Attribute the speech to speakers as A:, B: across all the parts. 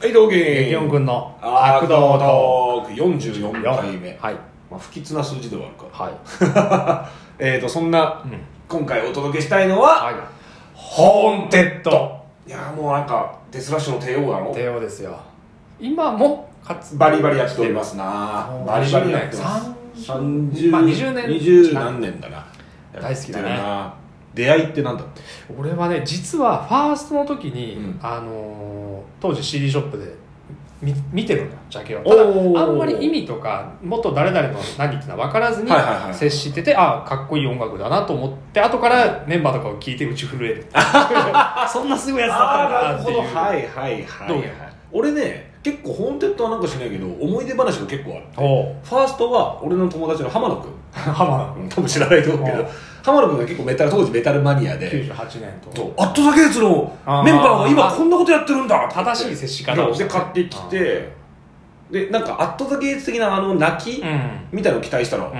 A: はい、同期。
B: 激音君の
A: 悪
B: 悪
A: 道
B: 道と
A: トーク44回目。
B: はい
A: まあ、不吉な数字ではあ
B: はい、
A: るか。えーと、そんな、
B: うん
A: 今回お届けしたいのは、
B: は
A: ホーンテッド。いやーもうなんか、デスラッシュの帝王だ
B: い、
A: ろ。
B: 帝王ですよ今もかつ
A: バリバリやっておりますな
B: もう
A: バリバリやってます。
B: 30年まあ20年
A: 20何年だな。
B: 大好きだね
A: やってるな。出会いってなんだって。
B: 俺はね実はファーストの時に、
A: うん
B: あのー当時 CD ショップで見見てるのよジャケを
A: おー
B: ただあんまり意味とか元誰々の何ってのは分からずに
A: はいはいはい
B: 接してて、ああかっこいい音楽だなと思って後からメンバーとかを聞いて打ち震える そんなすごいやつだったんだなっていう
A: はいはいはい。
B: どうや
A: 俺ね、結構ホーンテッドはなんかしないけど、思い出話が結構ある。
B: おう
A: ファーストは俺の友達の浜野君
B: 浜
A: うん多分知らないと思うけ
B: う
A: ど
B: ん
A: 浜野君が結構メタル当時メタルマニア
B: 田
A: で
B: 98年と
A: とアットザゲーツのメンバーが今こんなことやってるんだ
B: 正しい接し方を
A: で買ってきてでなんかアットザゲーツ的なあの泣き
B: うん、
A: みたいのを期待したら、
B: うん、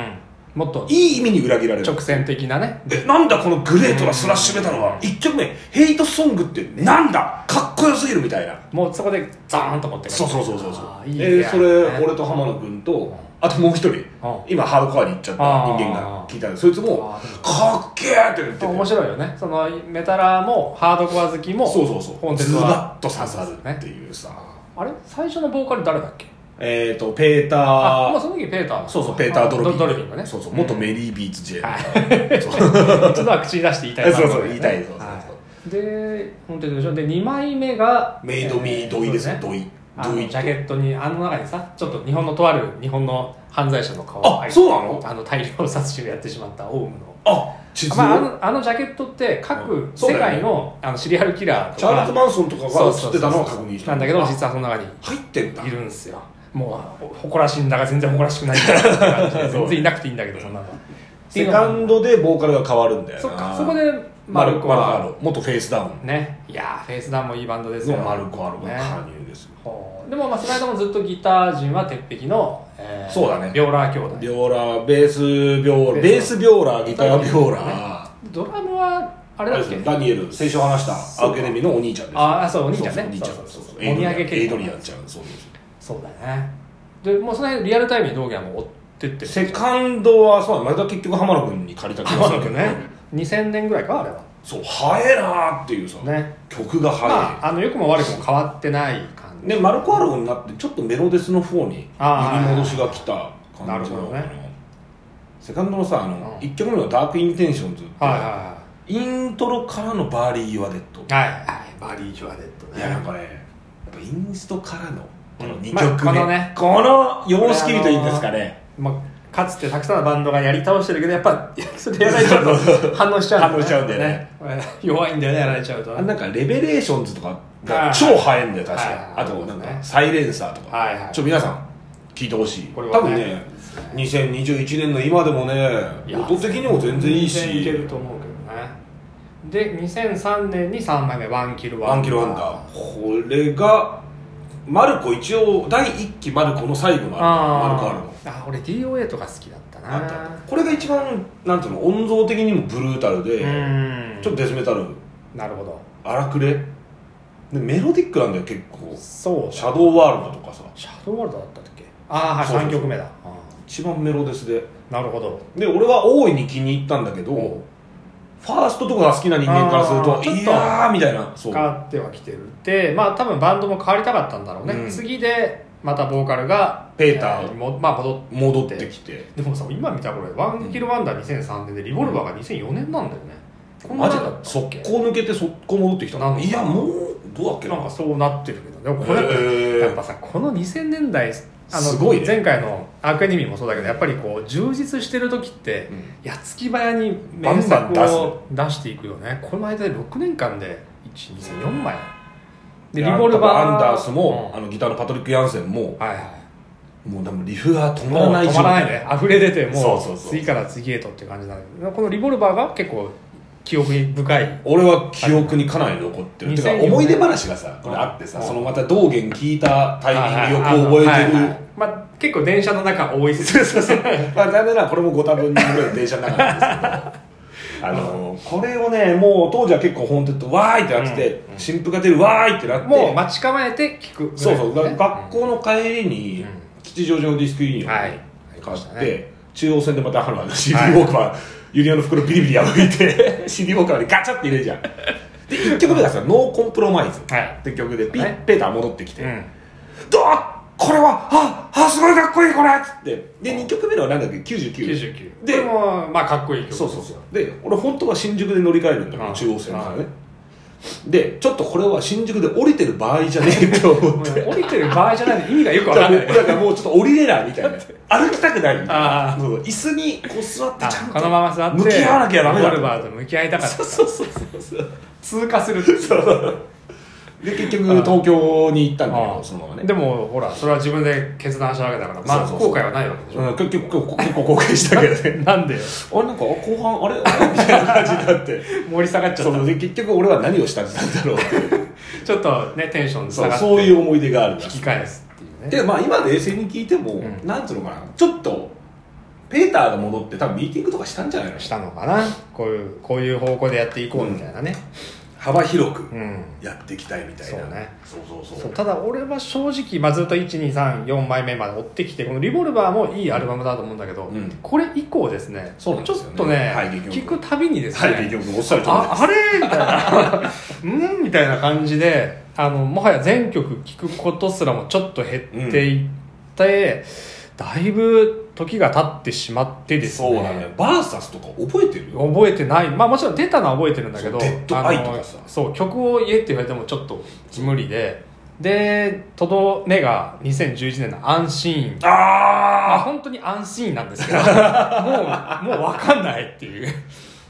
B: もっと
A: いい意味に裏切られる
B: 直線的なね
A: でなんだこのグレートなスラッシュメタルは
B: うん
A: 1曲目「ヘイトソング」ってなんだかっこよすぎるみたいな
B: もうそこでザーンと持ってくる
A: そうそうそうそうそう
B: あーいいね
A: でそれ俺と浜野君
B: うん
A: とあともう一人今ハードコアに行っちゃった人間
B: あ
A: が
B: ー
A: 聞いたんでそいつも
B: あーで
A: 「かっけえ!」って言ってて
B: 面白いよねそのメタラーもハードコア好きも
A: そうそうそ
B: コ
A: う
B: ンテン
A: ズ
B: ツは
A: バッと刺さるっていうさ
B: あれ最初のボーカル誰だっけ
A: えっとペータ
B: あもう
A: ー
B: その時ペーター
A: そうそうペーター・ドロビン
B: ドルビンがね
A: そうそう元
B: メ
A: メリービーツ J
B: はい
A: そう
B: 一度は口に出して言いた い
A: そうそう言いたいそうそう
B: は
A: そう
B: で本当にでしょで2枚目が
A: メイド・ミ
B: え
A: ー・ドイです
B: そうね
A: ドイ
B: あ
A: ド
B: の
A: イ
B: ジャケットにあの中にさちょっと日本のとある日本の犯罪者の顔が
A: あ
B: 入って
A: そうなの
B: あの大量殺人をやってしまったオウムの
A: あ地図
B: まあ、あのあのジャケットって各
A: うんそう
B: 世
A: だよね
B: 界の,、あのシリアルキラーと
A: チャールズ・
B: か
A: マンソンとかが映ってたのを確認した
B: なんだけど
A: あ
B: 実はその中に
A: 入ってんだ
B: いるんですよもう誇らしいんだが全然誇らしくないみたいな感じ
A: そ
B: で
A: う
B: 全然いなくていいんだけどそんなの
A: セカンドでボーカルが変わるんだよな
B: そっかそこで
A: マ
B: マ
A: ル
B: ルコ
A: コ・ア
B: は
A: ロ元フェイスダウン
B: ねいやーフェイスダウンもいいバンドですよ
A: のマルコ・アロが
B: ね
A: 加入ですよ
B: ほうでもまあその間もずっとギター陣は鉄壁の、えー
A: そうだね
B: ビョーラー兄弟
A: ビョーラーベースビョーラーベ
B: ベ
A: ー
B: ー
A: ス
B: ス
A: ビョーラーギタービョーラー
B: ドラムはあれだっけ
A: ダニエル先週話したアウケネミのお兄ちゃんです
B: ああそうお兄ちゃん
A: そう
B: ね
A: そうお兄ちゃん
B: そう
A: そ
B: そうう
A: そ
B: そうう
A: エイドリアン
B: お土産系
A: エイドリアンちゃんそうで
B: そうだねでもうその辺リアルタイムに道元はもう追ってって
A: すセカンドはそうだねまた結局浜野君に借りた気がするけど
B: 2000年ぐらいかあれは
A: そう早えなーっていうさ
B: ね
A: 曲が早い、
B: まああの良くも悪くも変わってない感じ
A: でマルコ・アロになってちょっとメロデスの方に右
B: あー
A: 戻しが来た
B: な
A: 感
B: る
A: じ
B: ほ
A: の
B: どね
A: セカンドのさあの、
B: うん
A: 1曲目の「ダーク・インテンションズ」って、
B: はいは
A: イントロからの「バーリー・ユア・デッド」
B: いはいはいはいバリー・ジョアデット
A: い
B: ね
A: やなんかねやっぱインストからのこの2
B: まあ
A: 曲目、
B: このね
A: この様式美といいんですかね
B: まあ、かつてたくさんのバンドがやり倒してるけどやっぱいやそれやられちゃうと反応しちゃうんだよね
A: 反応しちゃうんだよね
B: ね弱いんだよねやられちゃうと
A: あ
B: ね
A: なんかレベレーションズとかが
B: あー
A: 超早いんだよ確かに、
B: はいはい
A: あとなん
B: そうです
A: か
B: ね
A: サイレンサーとか、
B: はいはい
A: ちょっと皆さん聞いてほしい、
B: これ
A: 多
B: は
A: 分
B: ね
A: ね2021年の今でもね
B: いや
A: 音的にも全然いいし
B: 全然いけると思うけどねで2003年に3枚目「ワンキルワ
A: ワ
B: ン
A: ンキロワンダーこれがマルコ一応第1期マルコの最後のアルバムマルコアルバム
B: あ俺 DOA とか好きだったな
A: あったあったこれが一番なんていうの音像的にもブルータルで、
B: うん
A: ちょっとデスメタル
B: なるほど
A: 荒くれでメロディックなんだよ結構
B: そう
A: シャドーワールドとかさ
B: シャドーワールドだったっけああはい
A: そうそうそう
B: 3曲目だあ
A: 一番メロデスで
B: ーなるほど
A: で俺は大いに気に入ったんだけど、
B: う
A: ファーストとかが好きな人間からすると
B: あーちょっと
A: いやーみたいなそう
B: 変わってはきてるでまあ多分バンドも変わりたかったんだろうね、
A: うん
B: 次でまたボーカルが
A: ペーター
B: えもまあ戻っ
A: 戻ってきて
B: でもさ今見たこれ「ワンキルワンダー2003年でリボルバーが2004年なんだよね、こんな
A: マジ
B: だ
A: で
B: ったっ
A: 速
B: け
A: 攻抜けて速攻戻ってきた
B: なんか
A: いやもうどうだっけ
B: なんかそうなってるけどでもこれ、
A: へー
B: やっぱさこの2000年代あの
A: すごいね
B: 前回の「アークエネミー」もそうだけどやっぱりこう充実してる時って、
A: うん
B: やっつき早に
A: バンバ
B: 名
A: ン
B: 作
A: 出す
B: を出していくよねこの間で6年間で1234枚で
A: い
B: リ
A: や
B: ボルバー
A: アンダースも、
B: う
A: あのギターのパトリック・ヤンセンも
B: んはいはい
A: もうでもリフが止ま
B: も
A: らな
B: う
A: い
B: 止まらないね溢れ出て
A: そ
B: も
A: う
B: う
A: そうそう
B: 次から次へとって感じなんだけどこのリボルバーが結構記憶に深い
A: 俺は記憶にかなり残ってる、
B: はい
A: てか
B: 2004年
A: 思い出話がさこれあってさ、
B: うん
A: そのまた道元聞いたタイミングよく覚
B: は
A: え
B: い
A: て
B: はい
A: る、
B: はいまあ、結構電車の中多いです
A: まあ残念ながらこれもご多分にぐらいの電車の中なんですけど あのこれをねもう当時は結構ホーンテッドわーいってなってて、
B: うんうん
A: 新婦が出るわーいってなって
B: もう待ち構えて聞く
A: そうそうだか
B: ぐらい
A: ら
B: ね
A: 学校の帰りに
B: うん
A: 吉祥寺のディスクユニオンを
B: は
A: 買っ
B: いありました
A: て中央線でまたあの CD ウ
B: はい
A: ォークマンユニオンの袋ビリビリ破いて CD ウォークマンでガチャって入れるじゃんで1曲目がさ「ノーコンプロマイズ」
B: はい
A: って曲でピ
B: は
A: ッ
B: い
A: ペーター戻ってきて
B: う
A: 「
B: ん
A: どうこれはああすごいかっこいいこれ!」っつってで2曲目のはなんだっけ99
B: 99
A: で
B: でもまあかっこいい曲
A: そうそうそうで俺本当は新宿で乗り換えるんだけ
B: う
A: ど
B: ん
A: 中央線だからねでちょっとこれは新宿で降りてる場合じゃねえと思
B: も
A: っ
B: う
A: て
B: 降りてる場合じゃないんで意味がよくわ
A: だ
B: か
A: か
B: んない
A: らもうちょっと降りれないみたいな歩きたくないみたいな
B: あー
A: そう椅子にこう座ってちゃん
B: あ
A: と
B: このまま座って
A: 向き合わなきゃダメだ
B: ゴルバーと向き合いたかっ
A: そ
B: た
A: うそうそうそう
B: 通過するっていう
A: で結局東京に行ったんだけどそのままね
B: でもほらそれは自分で決断したわけだからまあ
A: そうそうそう
B: 後悔はないわけでしょ
A: うん結局結構後悔したけどね
B: なんでよ
A: あれなんか後半あれあれみたいな感じにな って
B: 盛り下がっちゃ
A: そう
B: っ
A: で結局俺は何をしたんだろうっていう
B: たちょっとねテンション下
A: そう
B: がって
A: そういう思い出があるな
B: 引き返すっていうね
A: でまあ今冷静に聞いても、
B: ん
A: なんつうのかなちょっとペーターが戻って多分ミーティングとかしたんじゃないの
B: したのかなこういうこういう方向でやっていこうみたいなね
A: 幅広く
B: うん
A: やっていきたいみたいな、
B: そうね
A: そうそうそう
B: そうただ俺は正直、まあ、ずっと1234枚目まで追ってきてこの「リボルバー」もいいアルバムだと思うんだけど、
A: うん
B: これ以降ですね
A: そうなんですよね
B: ちょっとね、
A: はい結
B: 聞
A: 局
B: くたびにです
A: は
B: ね、
A: い、結局おっしゃる通り
B: ああれみたいな うんみたいな感じであのもはや全曲聴くことすらもちょっと減っていって、だいぶ時が経ってしまって
A: で
B: ですす
A: そうなの
B: ね
A: よバーサスとか覚えてるよ
B: 覚えてないまあもちろん出たのは覚えてるんだけど
A: そうデッドアイと
B: あ
A: か
B: の
A: さ
B: そう曲を言えって言われてもちょっと無理ででとどめが2011年の「アンシーン」ま
A: あ
B: あ
A: あ
B: 本当に「アンシーン」なんですけ どもうもう分かんないっていう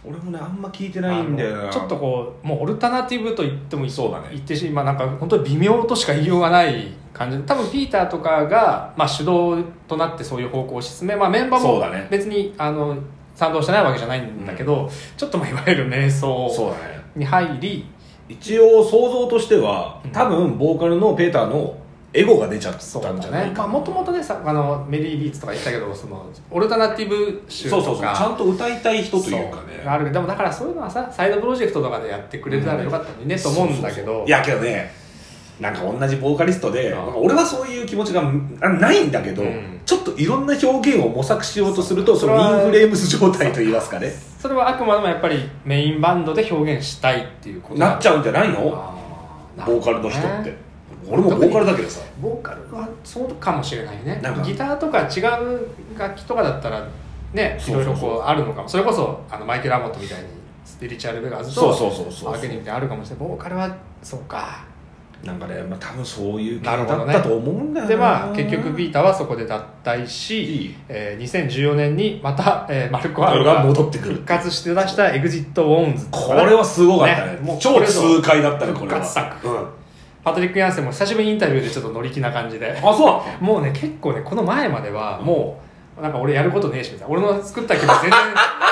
A: 俺もねあんま聞いてないんだよ
B: あ
A: な
B: のちょっとこうもうオルタナティブと言ってもいい
A: そうだね
B: 言ってしまあなんか本当に微妙としか言いようがない感じ多分ピーターとかが、まあ、主導となってそういう方向を進め、まあ、メンバー
A: そうだね
B: も別に、あの賛同してないわけじゃないんだけど、ちょっとまあいわゆる瞑想
A: そうだね
B: に入り
A: 一応想像としては
B: うん
A: 多分ボーカルのペーターのエゴが出ちゃっ
B: そう
A: た
B: だ
A: んじゃない
B: ね
A: か
B: まあもともとねさあのメリー・ビーツとか言ったけどそのオルタナティブ集と
A: そ
B: か
A: うそうそうちゃんと歌いたい人というかね
B: そうがあるけどでもだからそういうのはさサイドプロジェクトとかでやってくれたらよかったのにね、と思うんだけ
A: そ
B: ど
A: そそういやけどねなんか同じボーカリストで
B: うん
A: なんか俺はそういう気持ちがあないんだけど、
B: うん
A: ちょっといろんな表現を模索しようとするとそ
B: そうそれ
A: の
B: は
A: インフレームス状態といいますかね
B: それはあくまでもやっぱりメインバンドで表現したいっていうこと
A: なっち
B: ゃ
A: ゃうんじゃないのボーカルの人って、俺もボーカルだけどさ
B: ボーカルはそうかもしれないね
A: なんか
B: ギターとか違う楽器とかだったらねい
A: そう
B: ろい
A: そ
B: ろ
A: うそう
B: こうあるのかもそれこそあのマイケル・アモットみたいにスピリチュアル・ベガーズ
A: そう
B: と
A: そうそうそ
B: アーケ
A: う
B: ニーみたいなのあるかもしれないボーカルはそうか
A: なんかね、まあ、多分そういう系
B: な
A: だ
B: る
A: っ
B: ほどね
A: たと思うんだよ
B: でまあ結局ビ
A: ビ
B: ータはそこで脱退し、えー2014年にまた、えーマルコ・アル
A: が
B: が
A: 戻ってくる
B: 復活して出したエグジット・ウォーンズとか
A: これはすごかったね
B: ねもうこ
A: 超
B: れぞ
A: 痛快だったねこれ
B: 復
A: は
B: 活作
A: うん、
B: パトリック・ヤンセンも久しぶりにインタビューでちょっと乗り気な感じで
A: あそうなの
B: もうね結構ねこの前まではもうなんか俺やることねえしみたいな俺 の作った曲全然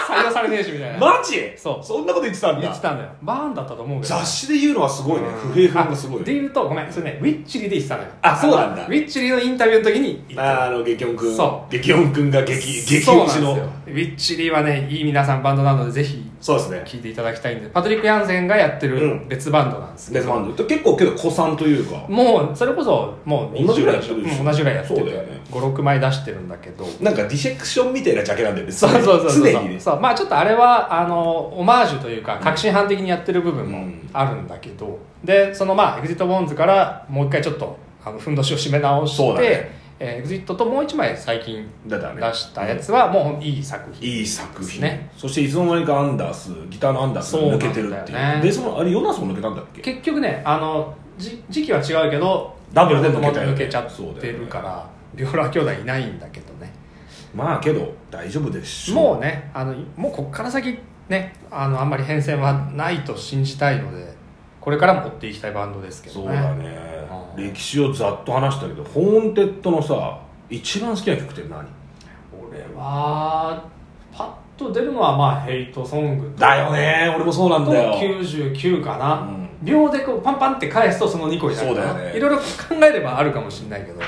B: 採用されねえしみたいな、
A: マジ
B: そう
A: そんなこと言ってたん
B: 言っ
A: だ
B: てたんだよバーンだったと思うけど
A: 雑誌で言うのはすごいね不平不満がすごい
B: で言うとごめんそれねウィッチリで言ってたのよ
A: あそうなんだ
B: ウィッチリのインタビューの時に言って
A: あ
B: た
A: の激音くん
B: そ
A: 激音くんが激激
B: そう
A: 推
B: な
A: し
B: んです
A: の
B: よウィッチリはねいい皆さんバンドなのでぜひ
A: そうですね
B: 聴いていただきたいんでパトリック・ヤンセンがやってる
A: うん
B: 別バンドなんですけ
A: デス
B: ど、
A: バンド結構けど古参というか
B: もうそれこそもう
A: 同じぐらいやってるでしょ
B: うん同じぐらいやってて、
A: そうだよね
B: 56枚出してるんだけど
A: なんかディセクションみたいなジャケなんだよね
B: そうそうそうそう
A: 常にね
B: そうまあちょっとあれはあのオマージュというか革新犯的にやってる部分
A: う
B: も
A: ん
B: あるんだけど、でそのまあエグジット・ボーンズからもう一回ちょっとあのふんどしを締め直
A: そう
B: し
A: だね
B: て、えーエグジットともう一枚最近
A: だからね
B: 出したやつはもういい作品、
A: いい作品
B: ね
A: そしていつの間にかアンダースギターのアンダースが抜けてるってい
B: そうなんだよ
A: う
B: ね
A: ベースもあれヨナスも抜けたんだっけ
B: 結局ねあのじ時期は違うけど
A: ダブルで抜
B: も
A: け
B: と
A: たよね
B: 抜けちゃってるからビオラ兄弟いないんだけどね
A: まあけど大丈夫でしょ
B: もうねあのもうこっから先ねあのあんまり変遷はないと信じたいのでこれからも追っていきたいバンドですけど
A: そう
B: ね
A: だね
B: うん
A: 歴史をざっと話したけどホーンテッドのさ一番好きな曲って何
B: 俺はパッと出るのはまあヘイトソングと
A: だよね俺もそうなん
B: と
A: だよ
B: 99かな、
A: うん
B: 秒でこうパンパンって返すとその2個になるから
A: そうだよね
B: いろいろ考えればあるかもしれないけど
A: フ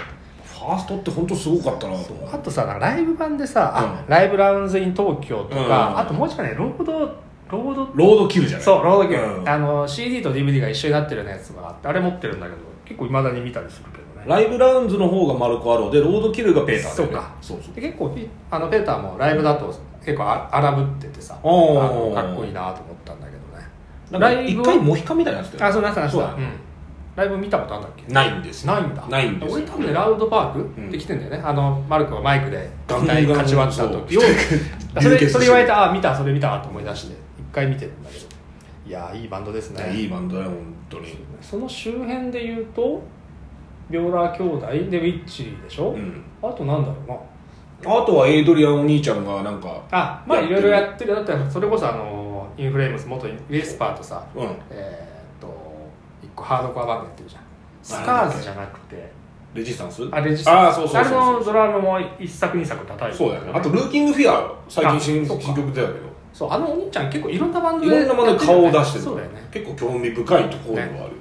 A: ァーストって本当すごかったなと思う
B: あとさなんかライブ版でさ、あ
A: うん
B: ライブラウンズイン東京とか、
A: うん
B: あともう一回ねロードロード
A: ロード級じゃない
B: そうロードゲーム、
A: うん
B: あの CD と DVD が一緒になってるようなやつがあってあれ持ってるんだけど結構いまだに見たりするけどね
A: ライブラウンズの方がマルコ・アローでロードキルがペーターだ
B: そう
A: よね
B: か
A: そうそう
B: で結構ピあのペーターもライブだと結構あ荒ぶっててさあ
A: おー
B: のかっこいいなと思ったんだけどね
A: なんか
B: ライブ
A: 一
B: は
A: 回モヒカンみたいなやつだ
B: あ
A: よね
B: そうなんかなん
A: そう
B: か
A: だ
B: うんライブ見たことあるんだっけ
A: ないんですよ
B: ないんだ
A: ないんですよ
B: 俺多分ラウドパークって来てんだよね、あのマルクがマイクで
A: ガン
B: 団
A: ガ
B: 体
A: ン
B: 勝ち割った時を
A: そう
B: そ
A: 流血し
B: れ
A: てる
B: それ言われてあ見たそれ見たと思い出して一回見てるんだけどいやーいいバンドですね
A: いいバンドだよ本当に
B: その周辺で言うとビョーラー兄弟でウィッチでしょ、
A: うん
B: あとなんだろうな
A: あとはエイドリアンお兄ちゃんがなんか
B: あまあ
A: やっ
B: い
A: てる
B: ろいろやってるだってそれこそあのインフレームス元ウィスパーとさ
A: うん
B: えーっと一個ハードコアバンドやってるじゃんスカーズじゃなくて
A: レジスタンス
B: あれ実
A: ああそうそう
B: あれ
A: そうそう
B: のドラムも一作二作叩いてる
A: そうだよねあとルーキングフィア最近新
B: あそうか
A: 新曲出たけど
B: そうあのお兄ちゃん結構いろんなバンド
A: いろんなもので顔を出してる
B: そうだよね
A: 結構興味深いところではある、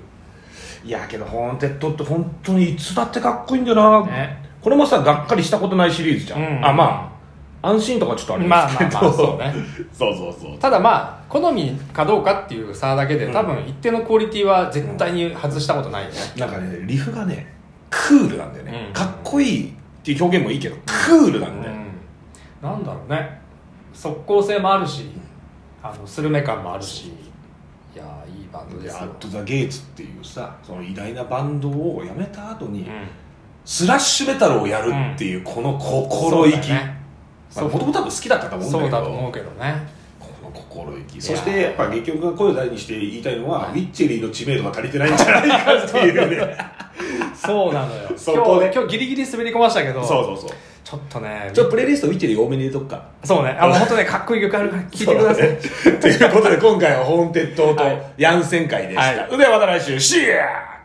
A: いやけどホーンテッドって本当にいつだってかっこいいんだよな、
B: ね
A: これもさがっかりしたことないシリーズじゃん、
B: うん
A: あまあ安心とかちょっとありますけど、
B: まあまあまあそうね
A: そうそうそう
B: ただまあ好みかどうかっていう差だけで、
A: うん
B: 多分一定のクオリティは絶対に外したことないよね、
A: なんかねリフがねクールなんだよね、
B: うん
A: かっこいいっていう表現もいいけどクールなんだよ、
B: うん、なんだろうね即効性もあるしあのスルメ感もあるしいやーいいバンドで
A: ですア
B: よ
A: ット・ザ・ゲイツっていうさその偉大なバンドを辞めた後に、
B: うん
A: スラッシュメタルをやるっていうこの心意気、
B: そうだね
A: まあもともと多分好きだったと思うんだ
B: そ
A: け
B: うだ
A: ど
B: と思うけどね
A: この心意気そしてやっぱ劇曲が声を大にして言いたいのは、
B: はい
A: ミッチェリーの知名度が足りてないんじゃないかっていうね
B: そうなのよ
A: そこで
B: 今日今日ギリギリ滑り込ましたけ ど
A: そうそうそう
B: ちょっとね
A: ちょっとプレイリストミッチェリー多めに入れとくか
B: そうねあの本当ねかっこいい曲あるから聴いてくだ さい、
A: ということで今回はホーンテッドと
B: はい
A: ヤンセン会でした、
B: はい
A: ではまた来週シェア